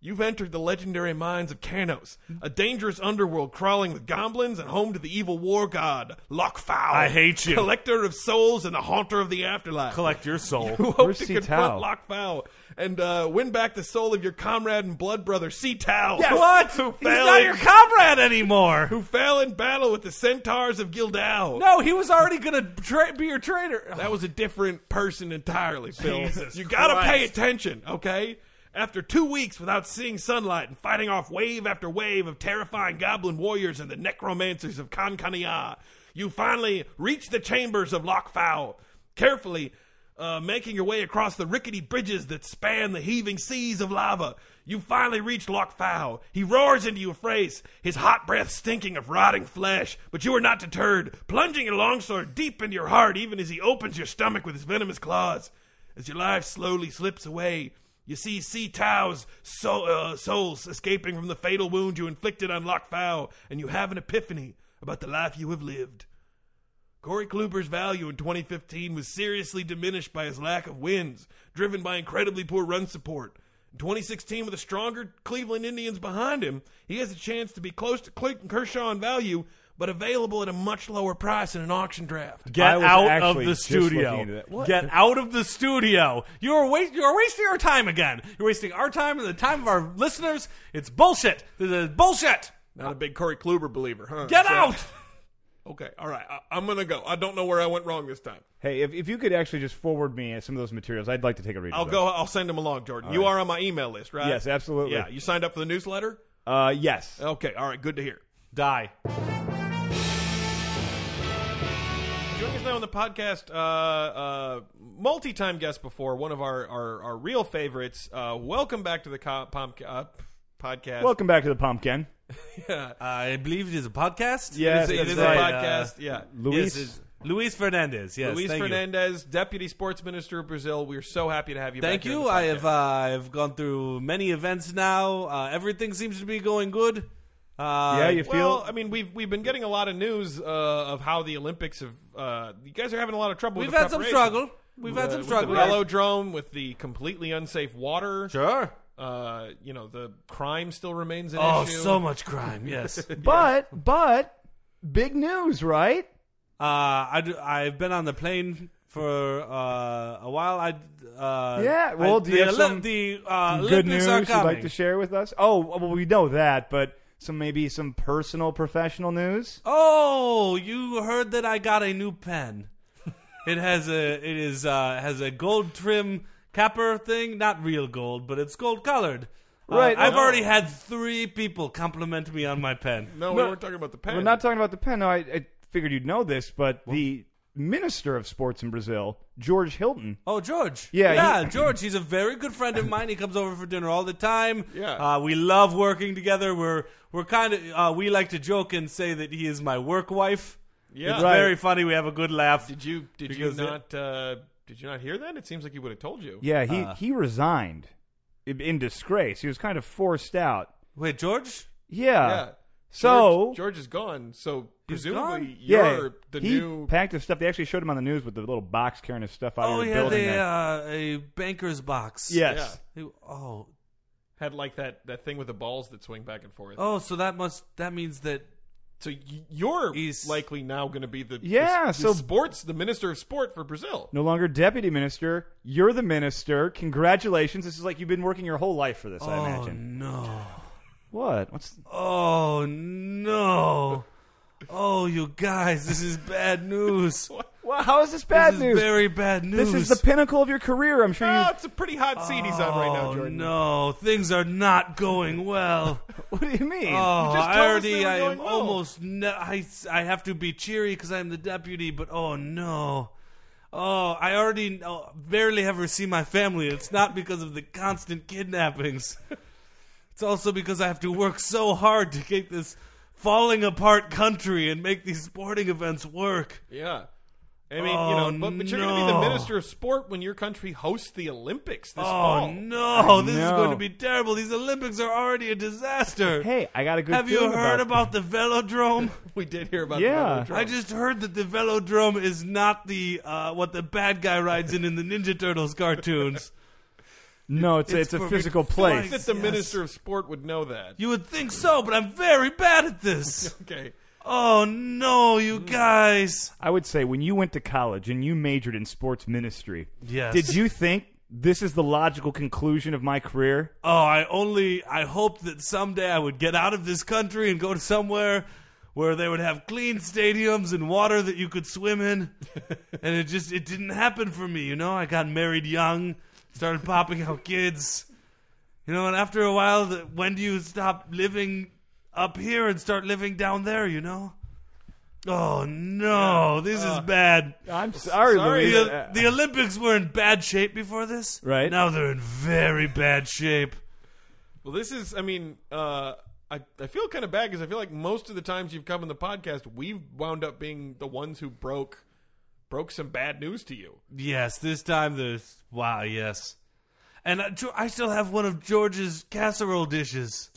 B: You've entered the legendary mines of Canos, a dangerous underworld crawling with goblins and home to the evil war god Lockfowl.
A: I hate you.
B: collector of souls and the haunter of the afterlife.
A: Collect your
B: [laughs]
A: soul.
B: who hope
C: Where's
B: to
C: Si
B: confront
C: Tao?
B: Locke Fow and uh, win back the soul of your comrade and blood brother, Sea
A: [laughs]
B: Tao.
A: What?
B: [laughs] Who
A: He's
B: fell,
A: not
B: in,
A: your comrade anymore.
B: who fell in battle with the centaurs of Gildao.
A: No, he was already gonna tra- be your traitor.
B: That was a different person entirely, Phil.
A: Jesus
B: you gotta
A: Christ.
B: pay attention, okay? After two weeks without seeing sunlight and fighting off wave after wave of terrifying goblin warriors and the necromancers of Kankania, you finally reach the chambers of Lockfowl. Carefully, uh, making your way across the rickety bridges that span the heaving seas of lava, you finally reach Lockfowl. He roars into your face, his hot breath stinking of rotting flesh, but you are not deterred, plunging your longsword deep into your heart even as he opens your stomach with his venomous claws. As your life slowly slips away, you see Sea Tao's so, uh, souls escaping from the fatal wound you inflicted on Lockfowl, and you have an epiphany about the life you have lived. Corey Kluber's value in 2015 was seriously diminished by his lack of wins, driven by incredibly poor run support. In 2016, with a stronger Cleveland Indians behind him, he has a chance to be close to Clayton Kershaw in value, but available at a much lower price in an auction draft.
A: Get
C: I was
A: out of
C: actually
A: the
C: just looking into
A: studio.
C: that. What?
A: Get out of the studio. You're wa- you're wasting our time again. You're wasting our time and the time of our listeners. It's bullshit. This is bullshit.
B: Not a big Corey Kluber believer, huh?
A: Get
B: So-
A: out.
C: [laughs]
B: Okay, all right. I, I'm going to go. I don't know where I went wrong this time.
C: Hey, if, if you could actually just forward me some of those materials, I'd like to take a read. of
B: I'll
C: those.
B: go. I'll send him along, Jordan. you are on my email list, right?
C: Yes, absolutely.
B: Yeah, you signed up for the newsletter?
C: Uh, yes.
B: Okay, all right. Good to hear.
A: Die.
B: Joining us now on the podcast, uh, uh, multi-time guest before, one of our our, our real favorites. Uh, welcome back to the co- pom- uh, podcast.
C: Welcome back to the pumpkin.
A: uh, I believe it is a podcast.
C: Yes,
B: it
C: that's
B: is
C: right.
B: a podcast. yeah,
C: uh, Luis.
A: Yes, it's Luis Fernandez. Yes,
B: Luis
A: thank you.
B: Fernandez, deputy sports minister of Brazil. We're so happy to have you. back
A: Thank
B: here on
A: you.
B: the
A: I
B: podcast.
A: have uh, I've gone through many events now. Uh, everything seems to be going good. Uh,
C: yeah, you feel.
B: Well, I mean, we've we've been getting a lot of news uh, of how the Olympics have. Uh, you guys are having a lot of trouble.
A: we've
B: with the
A: had some
B: preparation.
A: struggle. We've had
B: Uh,
A: some
B: with
A: struggle.
B: The velodrome with the completely unsafe water.
A: Sure.
B: Uh, you know, the crime still remains an
A: Oh,
B: issue.
A: so much crime. [laughs] Yes. uh,
C: but but big news, right?
A: Uh, I d- I've been on the plane for uh, a while. I uh,
C: Yeah, well,
A: I-
C: do
A: the,
C: you have
A: Oli-
C: some
A: the uh,
C: Good
A: Olympics
C: news
A: are
C: you'd
A: coming.
C: like to share with us? Oh, well, we know that, but some maybe some personal, professional news.
A: Oh, you heard that I got a new
C: [laughs]
A: pen. it has a it is uh has a gold trim capper thing, not real gold, but it's gold colored. Uh,
C: Right, oh.
A: I've
C: no.
A: already had three people compliment me on my pen.
B: No, we
C: No.
B: weren't talking about the pen.
C: We're not talking about the pen. No, I, I figured you'd know this, but the minister of sports in Brazil, George Hilton.
A: Oh, George.
C: Yeah,
A: yeah,
C: he-
A: George. He's a very good friend of mine. He comes over for dinner all the time.
B: Yeah.
A: uh, we love working together. We're we're kind of uh, we like to joke and say that he is my work wife.
B: Yeah.
A: it's
C: Right.
A: very funny. We have a good laugh.
B: Did you did
A: Because it-
B: you not uh, did you not hear that? It seems like he would have told you.
C: Yeah, he
A: Uh.
C: he resigned in- in disgrace. He was kind of forced out.
A: Wait, George.
C: Yeah.
B: Yeah.
C: So
B: George, George is gone. So presumably
A: gone?
C: yeah,
B: you're the
C: he
B: new.
C: packed his stuff. They actually showed him on the news with the little box carrying his stuff out
A: Oh
C: of the
A: yeah,
C: building.
A: they
C: there.
A: uh, a banker's box.
C: yes.
A: They- Oh,
B: had like that that thing with the balls that swing back and forth.
A: oh, so that must that means that
B: So y- you're
A: He's-
B: likely now going to be the the-
C: Yeah,
B: the
C: so-
B: sports the minister of sport for Brazil.
C: No longer deputy minister. You're the minister. Congratulations. This is like you've been working your whole life for this, I
A: oh
C: imagine.
A: no,
C: What? What's
A: oh no. Oh, you guys, this is bad news.
C: Well, how is this bad
A: this
C: news?
A: is very bad news. Ah.
C: this is the pinnacle of your career. I'm sure
B: Oh,
C: you.
B: it's a pretty hot seat he's on right now,
A: Oh,
B: Jordan.
A: no, things are not going
B: [laughs]
A: well.
C: [laughs] What do you mean?
A: Oh,
B: You just
A: I
B: told us
A: already,
B: they were
A: I
B: going
A: am
B: well.
A: almost. Ne- I I have to be cheery because I'm the deputy, but oh no, oh I already oh, barely ever see my family. It's not because of the constant kidnappings. [laughs] It's also because I have to work so hard to keep this falling apart country and make these sporting events work.
B: Yeah. I mean,
A: Oh,
B: you know, but, but you're going to be
A: no.
B: the minister of sport when your country hosts the Olympics this
A: Oh
B: fall.
A: no, this is
C: know.
A: going to be terrible. These Olympics are already a disaster.
C: hey, I got a good.
A: have you
C: feeling
A: heard about the velodrome?
B: [laughs] We did hear about
C: Yeah.
B: that.
A: I just heard that the Velodrome is not the uh, what the bad guy rides in in the Ninja Turtles cartoons.
C: No, it's,
A: It's
C: it's, a
A: for
C: physical
A: big
C: place.
B: that the
A: Yes.
B: minister of sport would know that.
A: You would think so, but I'm very bad at this.
B: [laughs] okay.
A: Oh no, you guys!
C: I would say when you went to college and you majored in sports ministry,
A: Yes.
C: did you think this is the logical conclusion of my career?
A: Oh, I only I hoped that someday I would get out of this country and go to somewhere where they would have clean stadiums and water that you could swim in. and it just it didn't happen for me, you know? I got married young, started popping out kids. You know, and after a while, the, when do you stop living up here and start living down there, you know? Oh no, this is
B: Uh,
A: bad.
C: I'm sorry,
B: sorry,
C: Louise.
A: The, the Olympics were in bad shape before this.
C: uh, Right.
A: Now they're in very bad shape.
B: Well, this is, I mean, uh, I, I feel kind of bad because I feel like most of the times you've come in the podcast, we've wound up being the ones who broke broke some bad news to you. [laughs]
A: Yes, this time there's wow. Yes, and I, Ge- I still have one of George's casserole dishes.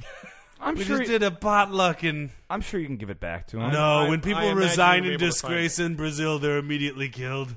C: I'm
A: We
C: sure.
A: just did a potluck, and
C: I'm sure you can give it back to him.
A: no,
B: Oh I-
A: when
B: I
A: people
B: imagine
A: resign
B: you'll
A: in
B: be able to find
A: disgrace in Brazil, they're immediately killed.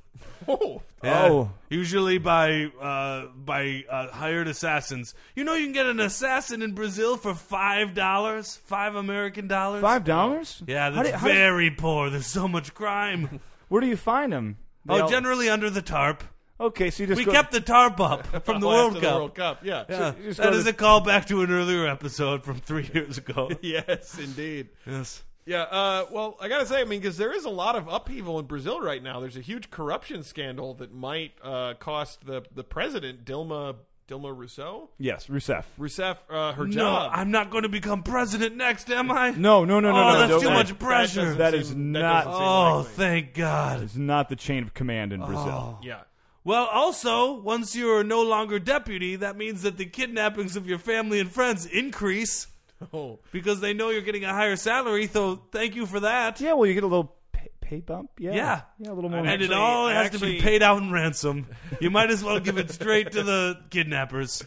B: Oh,
A: Yeah.
C: Oh.
A: usually by uh, by uh, hired assassins. You know, you can get an assassin in Brazil for five dollars, five American dollars.
C: Five dollars?
A: Yeah,
C: How
A: that's
C: do- how does-
A: very poor. There's so much crime.
C: Where do you find him? They
A: oh,
C: all-
A: generally under the tarp.
C: Okay, so you just
A: We
C: go-
A: kept the tarp
B: [laughs]
A: up from the
B: Well, after
A: World
B: the
A: Cup.
B: World Cup, yeah.
A: Yeah,
C: you just
A: that
C: go
A: is
C: to-
A: a callback to an earlier episode from three [laughs] years
C: [laughs]
A: ago.
B: [laughs] Yes, indeed.
A: yes.
B: Yeah, uh, well, I gotta say, I mean, because there is a lot of upheaval in Brazil right now. There's a huge corruption scandal that might uh, cost the the president Dilma Dilma Rousseau
C: Yes, Rousseff.
B: Rousseff uh, her
A: No,
B: job.
A: I'm not going to become president next, am I?
C: No, no, no, no,
A: Oh,
C: no.
A: that's
C: don't-
A: too
C: that-
A: much pressure.
C: That is not-
B: doesn't seem
A: Oh,
B: likely.
A: thank God.
C: It's not the chain of command in
A: Oh.
C: Brazil.
B: yeah. [laughs]
A: Well, also, once you're no longer deputy, that means that the kidnappings of your family and friends increase
B: Oh,
A: because they know you're getting a higher salary. So, thank you for that.
C: Yeah, well, you get a little pay, pay bump. Yeah.
A: Yeah.
C: a little more.
A: And it
B: Actually-
A: all has to
B: actually-
A: be paid out in ransom. You might as well give
C: [laughs]
A: it straight to the kidnappers.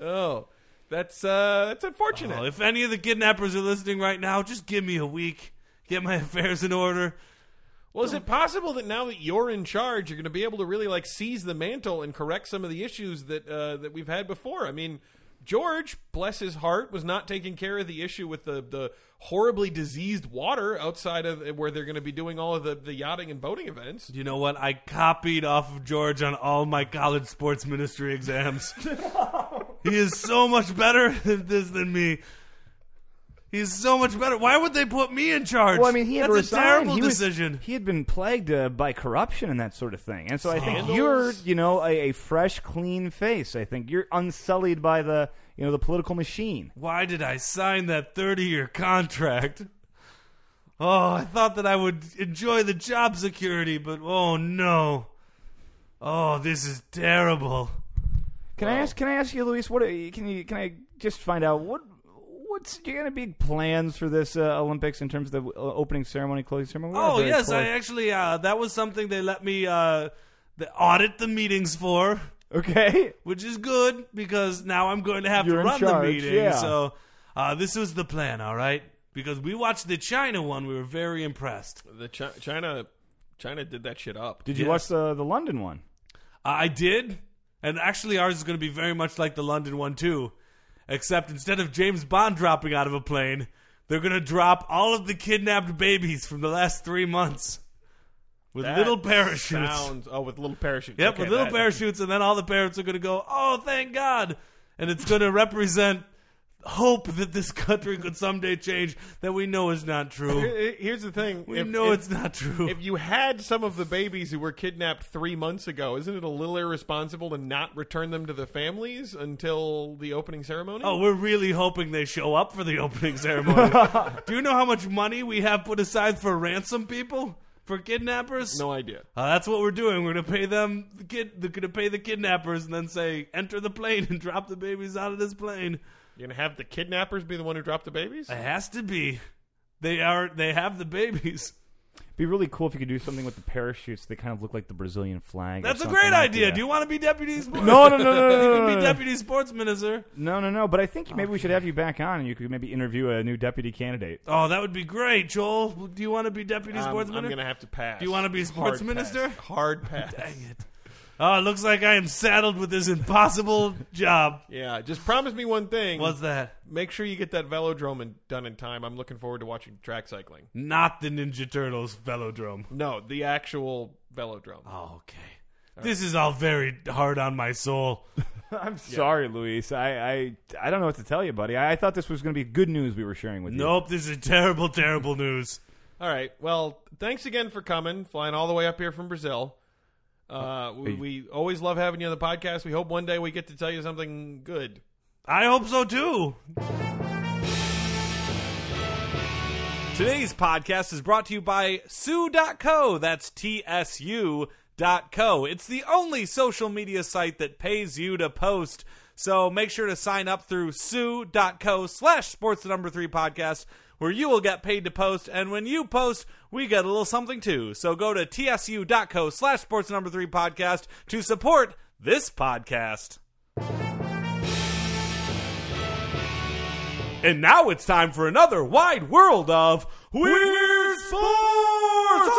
B: oh, that's uh, that's unfortunate.
A: Oh, if any of the kidnappers are listening right now, just give me a week. Get my affairs in order.
B: well, is it possible that now that you're in charge, you're going to be able to really like seize the mantle and correct some of the issues that uh, that we've had before? I mean. George, bless his heart, was not taking care of the issue with the, the horribly diseased water outside of where they're going to be doing all of the, the yachting and boating events.
A: You know what? I copied off of George on all my college sports ministry
C: [laughs]
A: exams. he is so much better [laughs] at this than me. He's so much better. Why would they put me in charge?
C: Well, I mean, he had
A: That's a
C: resigned.
A: terrible
C: he was-
A: decision.
C: he had been plagued uh, by corruption and that sort of thing, and so I think
B: Scandals.
C: you're, you know, a, a fresh, clean face. I think you're unsullied by the, you know, the political machine.
A: Why did I sign that 30 year contract? Oh, I thought that I would enjoy the job security, but oh no. Oh, this is terrible.
C: Can I ask? Can I ask you, Luis? What are- can you? Can I just find out what? What's do you got any big plans for this uh, Olympics in terms of the uh, opening ceremony, closing ceremony? We are
A: Oh
C: very
A: yes,
C: close.
A: I actually uh, that was something they let me uh, the audit the meetings for,
C: okay.
A: which is good because now I'm going to have
C: You're
A: to
C: in
A: run
C: charge,
A: the meeting.
C: yeah.
A: So uh, this was the plan, all right? Because we watched the China one, we were very impressed. Uh,
B: The Chi China, China did that shit up.
C: Did you watch the the London one?
A: I did, and actually ours is going to be very much like the London one too, except instead of James Bond dropping out of a plane, they're going to drop all of the kidnapped babies from the last three months with
B: That
A: little parachutes.
B: Sounds, oh, with little parachutes.
A: Yep,
B: Okay,
A: with little
B: that-
A: parachutes, and then all the parents are going to go, "Oh, thank God!" and it's going to represent hope that this country could someday change that we know is not true.
B: Here- Here's the thing.
A: We
B: if,
A: know
B: if-
A: it's not true.
B: If you had some of the babies who were kidnapped three months ago, isn't it a little irresponsible to not return them to the families until the opening ceremony?
A: Oh, we're really hoping they show up for the opening
B: [laughs]
A: ceremony. Do you know how much money we have put aside for ransom people? For kidnappers?
B: no idea.
A: Uh, that's what we're doing. We're gonna pay them. the Kid, they're gonna pay the kidnappers, and then say, "Enter the plane and [laughs] drop the babies out of this plane."
B: You're gonna have the kidnappers be the one who dropped the babies?
A: It has to be. They are. They have the babies.
C: be really cool if you could do something with the parachutes that kind of look like the Brazilian flag. or
A: That's a
C: something
A: great
C: like
A: idea.
C: that.
A: Do you want to be deputy sports?
C: No, no, no, no,
A: you
C: no,
A: could [laughs]
C: no,
A: be
C: no.
A: deputy sports minister.
C: No, no, no. But I think maybe we should have you back on, and you could maybe interview a new deputy candidate.
A: Oh, that would be great, Joel. Do you want to be deputy
B: I'm,
A: sports
B: Um, I'm
A: minister?
B: gonna have to pass.
A: Do you want to be sports
B: Hard
A: minister?
B: Pass. Hard pass.
A: [laughs] Dang it. Oh, it looks like I am saddled with this impossible [laughs] job.
B: yeah, just promise me one thing.
A: What's that?
B: Make sure you get that velodrome in, done in time. I'm looking forward to watching track cycling.
A: Not the Ninja Turtles velodrome.
B: No, the actual velodrome.
A: Oh, okay. This is all very hard on my soul.
C: [laughs] I'm sorry, Luis. I, I, I don't know what to tell you, buddy. I, I thought this was going to be good news we were sharing with you.
A: Nope, this is terrible, terrible news.
B: All right. Well, thanks again for coming, flying all the way up here from Brazil. Uh, we,
C: Hey.
B: we always love having you on the podcast. We hope one day we get to tell you something good.
A: I hope so too. Today's podcast is brought to you by Sue.co. That's T S U dot co. It's the only social media site that pays you to post. So make sure to sign up through Sue.co slash sports the number three podcast, where you will get paid to post. And when you post, we get a little something too. So go to TSU.co slash sports the number three podcast to support this podcast. And now it's time for another wide world of weird sports.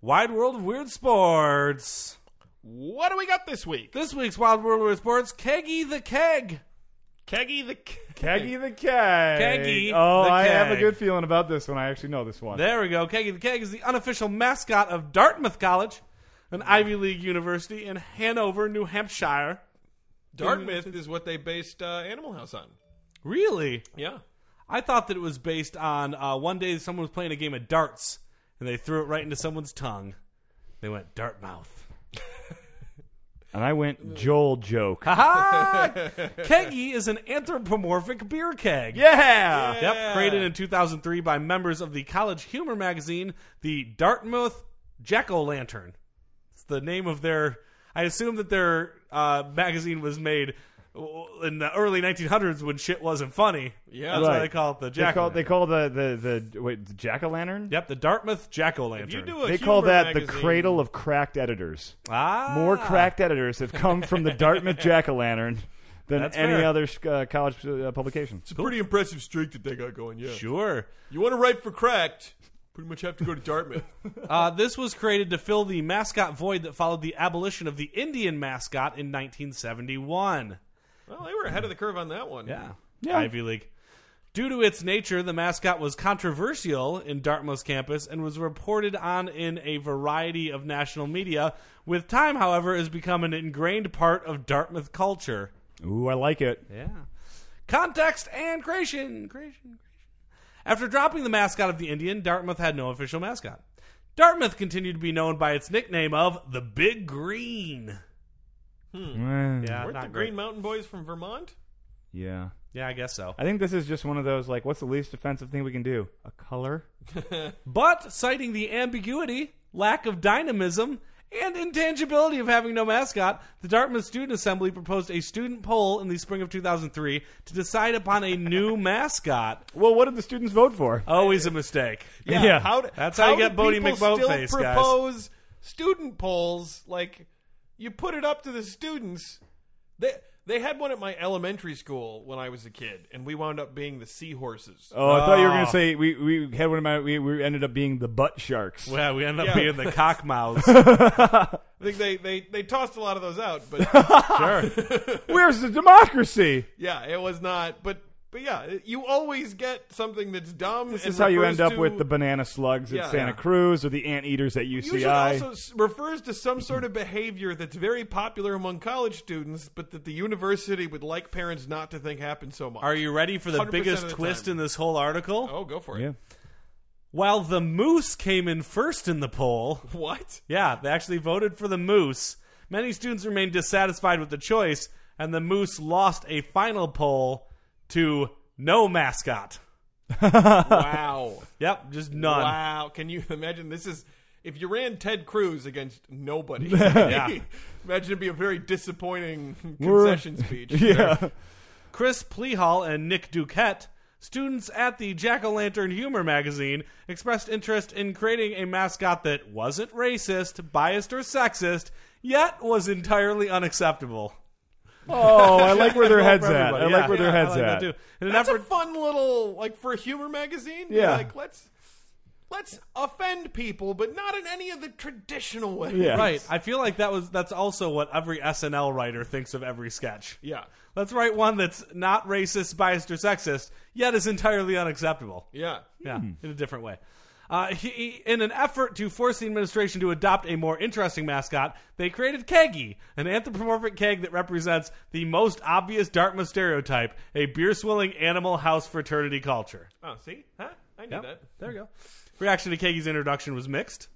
A: Wide world of weird sports.
B: What do we got this week?
A: This week's wild world of weird sports: Keggy the keg.
B: Keggy the Keg.
C: Keggy the Keg.
A: Keggy
C: Oh,
A: the
C: I have a
A: Keg.
C: good feeling about this one. I actually know this one.
A: There we go. Keggy the keg is the unofficial mascot of Dartmouth College, an Ivy League university in Hanover, New Hampshire.
B: Dartmouth is what they based uh, Animal House on.
A: Really?
B: Yeah.
A: I thought that it was based on uh, one day someone was playing a game of darts and they threw it right into someone's tongue. They went Dartmouth.
C: And I went Joel joke.
A: Ha! Keggy is an anthropomorphic beer keg.
C: yeah.
A: Yep, created in 2003 by members of the College Humor magazine, the Dartmouth Jack O' Lantern. It's the name of their. I assume that their uh, magazine was made in the early 1900s when shit wasn't funny.
B: Yeah.
A: that's why
C: Right.
A: they call it the
C: They
A: Jack.
C: call, they call the the the wait the jack o' lantern.
A: Yep, the Dartmouth Jack O' Lantern.
B: If you do a
C: They call
B: humor
C: that the
B: magazine-
C: cradle of cracked editors.
A: Ah,
C: More cracked editors have come from
A: [laughs]
C: the Dartmouth Jack o' Lantern than
A: That's
C: any
A: fair.
C: other uh, college uh, publication.
B: It's a pretty impressive streak that they got going, yeah.
A: Sure.
B: You want to write for cracked, pretty much have to go to Dartmouth.
A: Uh, this was created to fill the mascot void that followed the abolition of the Indian mascot in 1971.
B: [laughs] well, they were ahead of the curve on that one.
C: Yeah.
A: Ivy League. Due to its nature, the mascot was controversial in Dartmouth's campus and was reported on in a variety of national media. With time, however, has become an ingrained part of Dartmouth culture.
C: Ooh, I like it.
A: Yeah. Context and creation. Creation. creation. After dropping the mascot of the Indian, Dartmouth had no official mascot. Dartmouth continued to be known by its nickname of the Big Green.
C: Mm,
A: Yeah,
B: Weren't
A: not
B: the
A: great.
B: Green Mountain Boys from Vermont?
C: Yeah.
A: Yeah, I guess so.
C: I think this is just one of those like, what's the least offensive thing we can do? A color.
A: But citing the ambiguity, lack of dynamism, and intangibility of having no mascot, the Dartmouth Student Assembly proposed a student poll in the spring of 2003 to decide upon a new [laughs] mascot.
C: Well, what did the students vote for?
A: Always a mistake.
C: Yeah.
B: How, d-
A: That's how you get
B: do
A: Bodie
B: people
A: McBoatface,
B: still
A: guys.
B: propose student polls like you put it up to the students. They they had one at my elementary school when I was a kid, and we wound up being the seahorses.
C: Oh, I thought you were going to say we, we had one of my we, we ended up being the butt
A: [laughs]
C: sharks.
A: Well, we end up
B: Yeah.
A: being the cock
B: [laughs]
A: mouths.
B: I think they, they, they tossed a lot
C: [laughs]
B: of those out, but
A: sure.
C: Where's the democracy?
B: yeah, it was not. But But yeah, you always get something that's dumb.
C: This
B: and
C: is how you
B: refers
C: end up
B: to-
C: with the banana slugs at
B: Yeah.
C: Santa
B: Yeah.
C: Cruz or the anteaters at UCI.
B: Usually also s- refers to some sort of behavior that's very popular among college students, but that the university would like parents not to think happens so much.
A: Are you ready for the
B: 100%
A: biggest
B: of the
A: twist
B: time.
A: in this whole article?
B: oh, go for it.
C: yeah.
A: While the moose came in first in the poll,
B: [laughs]
C: [laughs]
B: What?
A: yeah, they actually voted for the moose. Many students remained dissatisfied with the choice, and the moose lost a final poll to no mascot.
B: wow.
A: Yep, just none.
B: Wow. Can you imagine? This is if you ran Ted Cruz against
C: [laughs]
B: nobody. Imagine it'd be a very disappointing
C: [laughs]
B: concession speech.
C: Yeah.
A: Chris Plehal and Nick Duquette, students at the Jack O' Lantern Humor magazine, expressed interest in creating a mascot that wasn't racist, biased, or sexist, yet was entirely unacceptable.
C: [laughs] Oh, I like where their heads
A: For
C: at. I
A: everybody.
C: like
A: Yeah,
C: where their
A: yeah, I
C: heads
A: like that
C: at.
A: too. In an
B: That's a
A: effort,
B: fun little like for a humor magazine. you're
C: Yeah.
B: Like let's let's offend people, but not in any of the traditional ways.
C: Yeah.
A: [laughs] right? I feel like that was that's also what every SNL writer thinks of every sketch.
B: Yeah.
A: Let's write one that's not racist, biased, or sexist, yet is entirely unacceptable.
B: Yeah.
A: Yeah, Hmm. in a different way. Uh, he, he- in an effort to force the administration to adopt a more interesting mascot, they created Keggy, an anthropomorphic keg that represents the most obvious Dartmouth stereotype a beer swilling animal house fraternity culture.
B: Oh, see? Huh? I knew
A: Yep,
B: that.
A: There we go. Reaction to Keggy's introduction was mixed.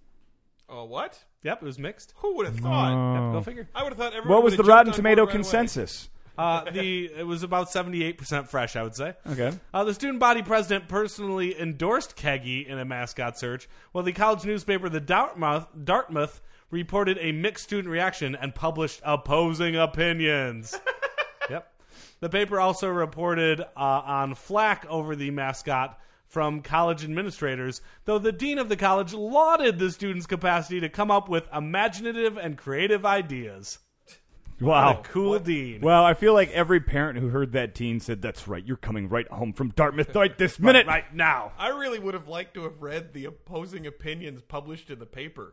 B: Oh, what?
A: Yep, it was mixed.
B: Who would have thought?
A: Yep, go figure.
B: I would have thought everyone.
C: Uh, What was
B: would've
C: the
B: jumped
C: Rotten
B: on
C: Tomato
B: board right away.
C: consensus?
A: Uh, the it was about seventy eight percent fresh, I would say.
C: Okay.
A: Uh, the student body president personally endorsed Keggy in a mascot search, while the college newspaper The Dartmouth, Dartmouth reported a mixed student reaction and published opposing
C: [laughs]
A: opinions. yep. The paper also reported uh, on flack over the mascot from college administrators, though the dean of the college lauded the student's capacity to come up with imaginative and creative ideas.
C: Wow.
A: Cool dean.
C: Well, I feel like every parent who heard that teen said, "That's right, you're coming right home from Dartmouth right this minute."
A: Right now.
B: I really would have liked to have read the opposing opinions published in the paper.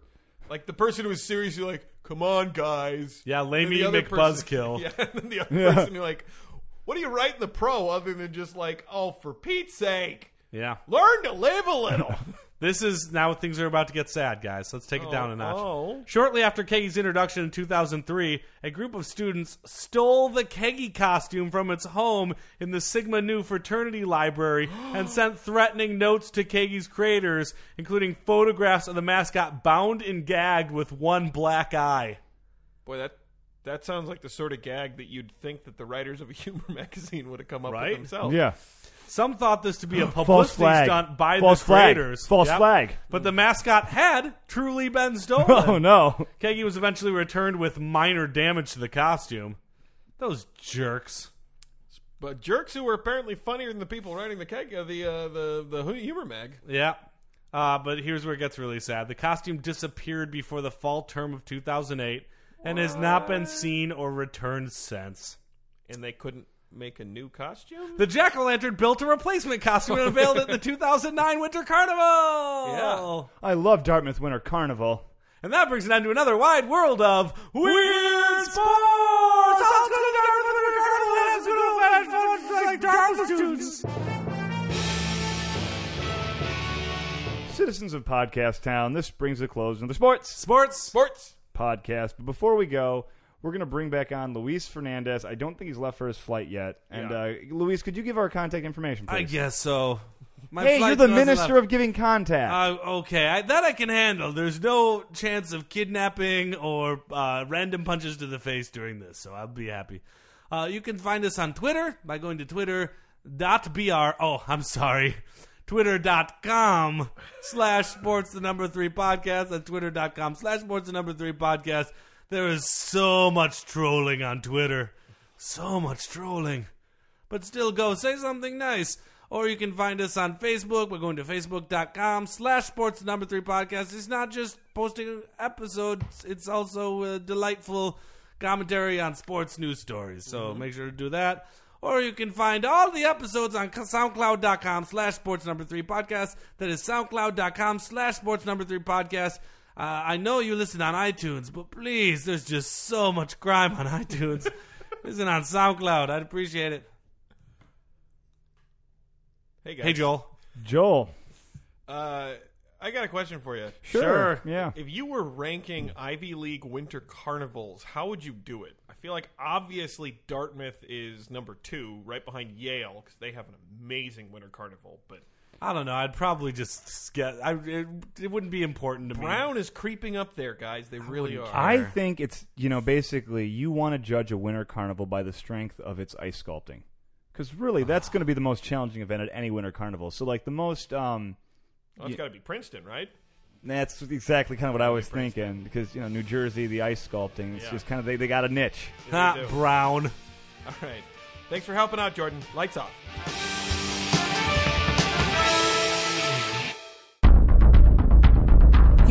B: Like the person who was seriously like, "Come on, guys."
A: Yeah,
B: And the
A: Lamey
B: other person-
A: McBuzzkill.
B: [laughs] Yeah, and then the
A: [laughs]
B: other person who like, "What do you write in the pro other than just like, oh, for Pete's sake,
A: Yeah.
B: learn to live
A: [laughs]
B: a little."
A: This is now things are about to get sad, guys. Let's take it down a notch.
B: oh.
A: Shortly after Keggy's introduction in 2003, a group of students stole the Keggy costume from its home in the Sigma Nu fraternity
C: [gasps]
A: library and sent threatening notes to Keggy's creators, including photographs of the mascot bound and gagged with one black eye.
B: Boy, that that sounds like the sort of gag that you'd think that the writers of a [laughs] humor magazine would have come up
A: Right?
B: with themselves.
C: Yeah.
A: Some thought this to be a
C: [gasps] False
A: publicity
C: flag.
A: stunt by
C: False
A: the
C: flag.
A: creators.
C: False flag.
A: But the mascot had truly
C: [laughs]
A: been stolen.
C: Oh no.
A: Keggy was eventually returned with minor damage to the costume. Those jerks.
B: But jerks who were apparently funnier than the people writing the keg, uh, the uh, the the humor mag.
A: Yeah. Uh, but here's where it gets really sad. The costume disappeared before the fall term of 2008 and has not been seen or returned since.
B: and they couldn't make a new costume.
A: The jack o' lantern built a replacement costume and unveiled it at the 2009 Winter Carnival. Yeah.
C: I love Dartmouth Winter Carnival.
A: And that brings it on to another wide world of weird sports. Let's go to Dartmouth Winter Carnival. Let's go to Fast Forward, like Dartmouth students.
C: Citizens of Podcast Town, this brings a close to the sports
A: Sports.
B: Sports.
C: podcast. But before we go, we're going to bring back on Luis Fernandez. I don't think he's left for his flight yet. And uh, Luis, could you give our contact information,
A: I
C: please?
A: guess so. My
C: hey,
A: flight
C: you're the
A: doesn't
C: minister
A: have-
C: of giving contact.
A: Uh, okay, I, that I can handle. There's no chance of kidnapping or uh, random punches to the face during this, so I'll be happy. Uh, you can find us on Twitter by going to twitter.br. Oh, I'm sorry. [laughs] Twitter.com slash sports the number three podcast. That's twitter.com slash sports the number three podcast. There is so much trolling on Twitter. So much trolling but still go say something nice. Or you can find us on Facebook by going to facebook.com slash sports number three podcast. It's not just posting episodes, it's also a delightful commentary on sports news stories. So make sure to do that. Or you can find all the episodes on soundcloud.com slash sports number three podcast. That is soundcloud.com slash sports number three podcast. Uh, I know you listen on iTunes, but please, there's just so much [laughs] crime on iTunes. listen on SoundCloud. I'd appreciate it.
B: Hey guys.
A: Hey, Joel.
C: Joel.
B: Uh, I got a question for you.
A: Sure.
C: Yeah.
B: If you were ranking Ivy League winter carnivals, how would you do it? I feel like obviously Dartmouth is number two, right behind Yale, because they have an amazing winter carnival. But
A: I don't know. I'd probably just get. I, it, it wouldn't be important to me.
B: Brown is creeping up there, guys. They really are.
C: I think it's you know basically you want to judge a winter carnival by the strength of its ice sculpting, because really that's going to be the most challenging event at any winter carnival. So like the most um,
B: Well, it's got to be Princeton, right?
C: that's exactly kind of what I was thinking because you know New Jersey the ice sculpting it's
B: Yeah.
C: just kind of they they got a niche.
A: Not
B: do.
A: Brown.
B: All right. Thanks for helping out, Jordan. Lights off.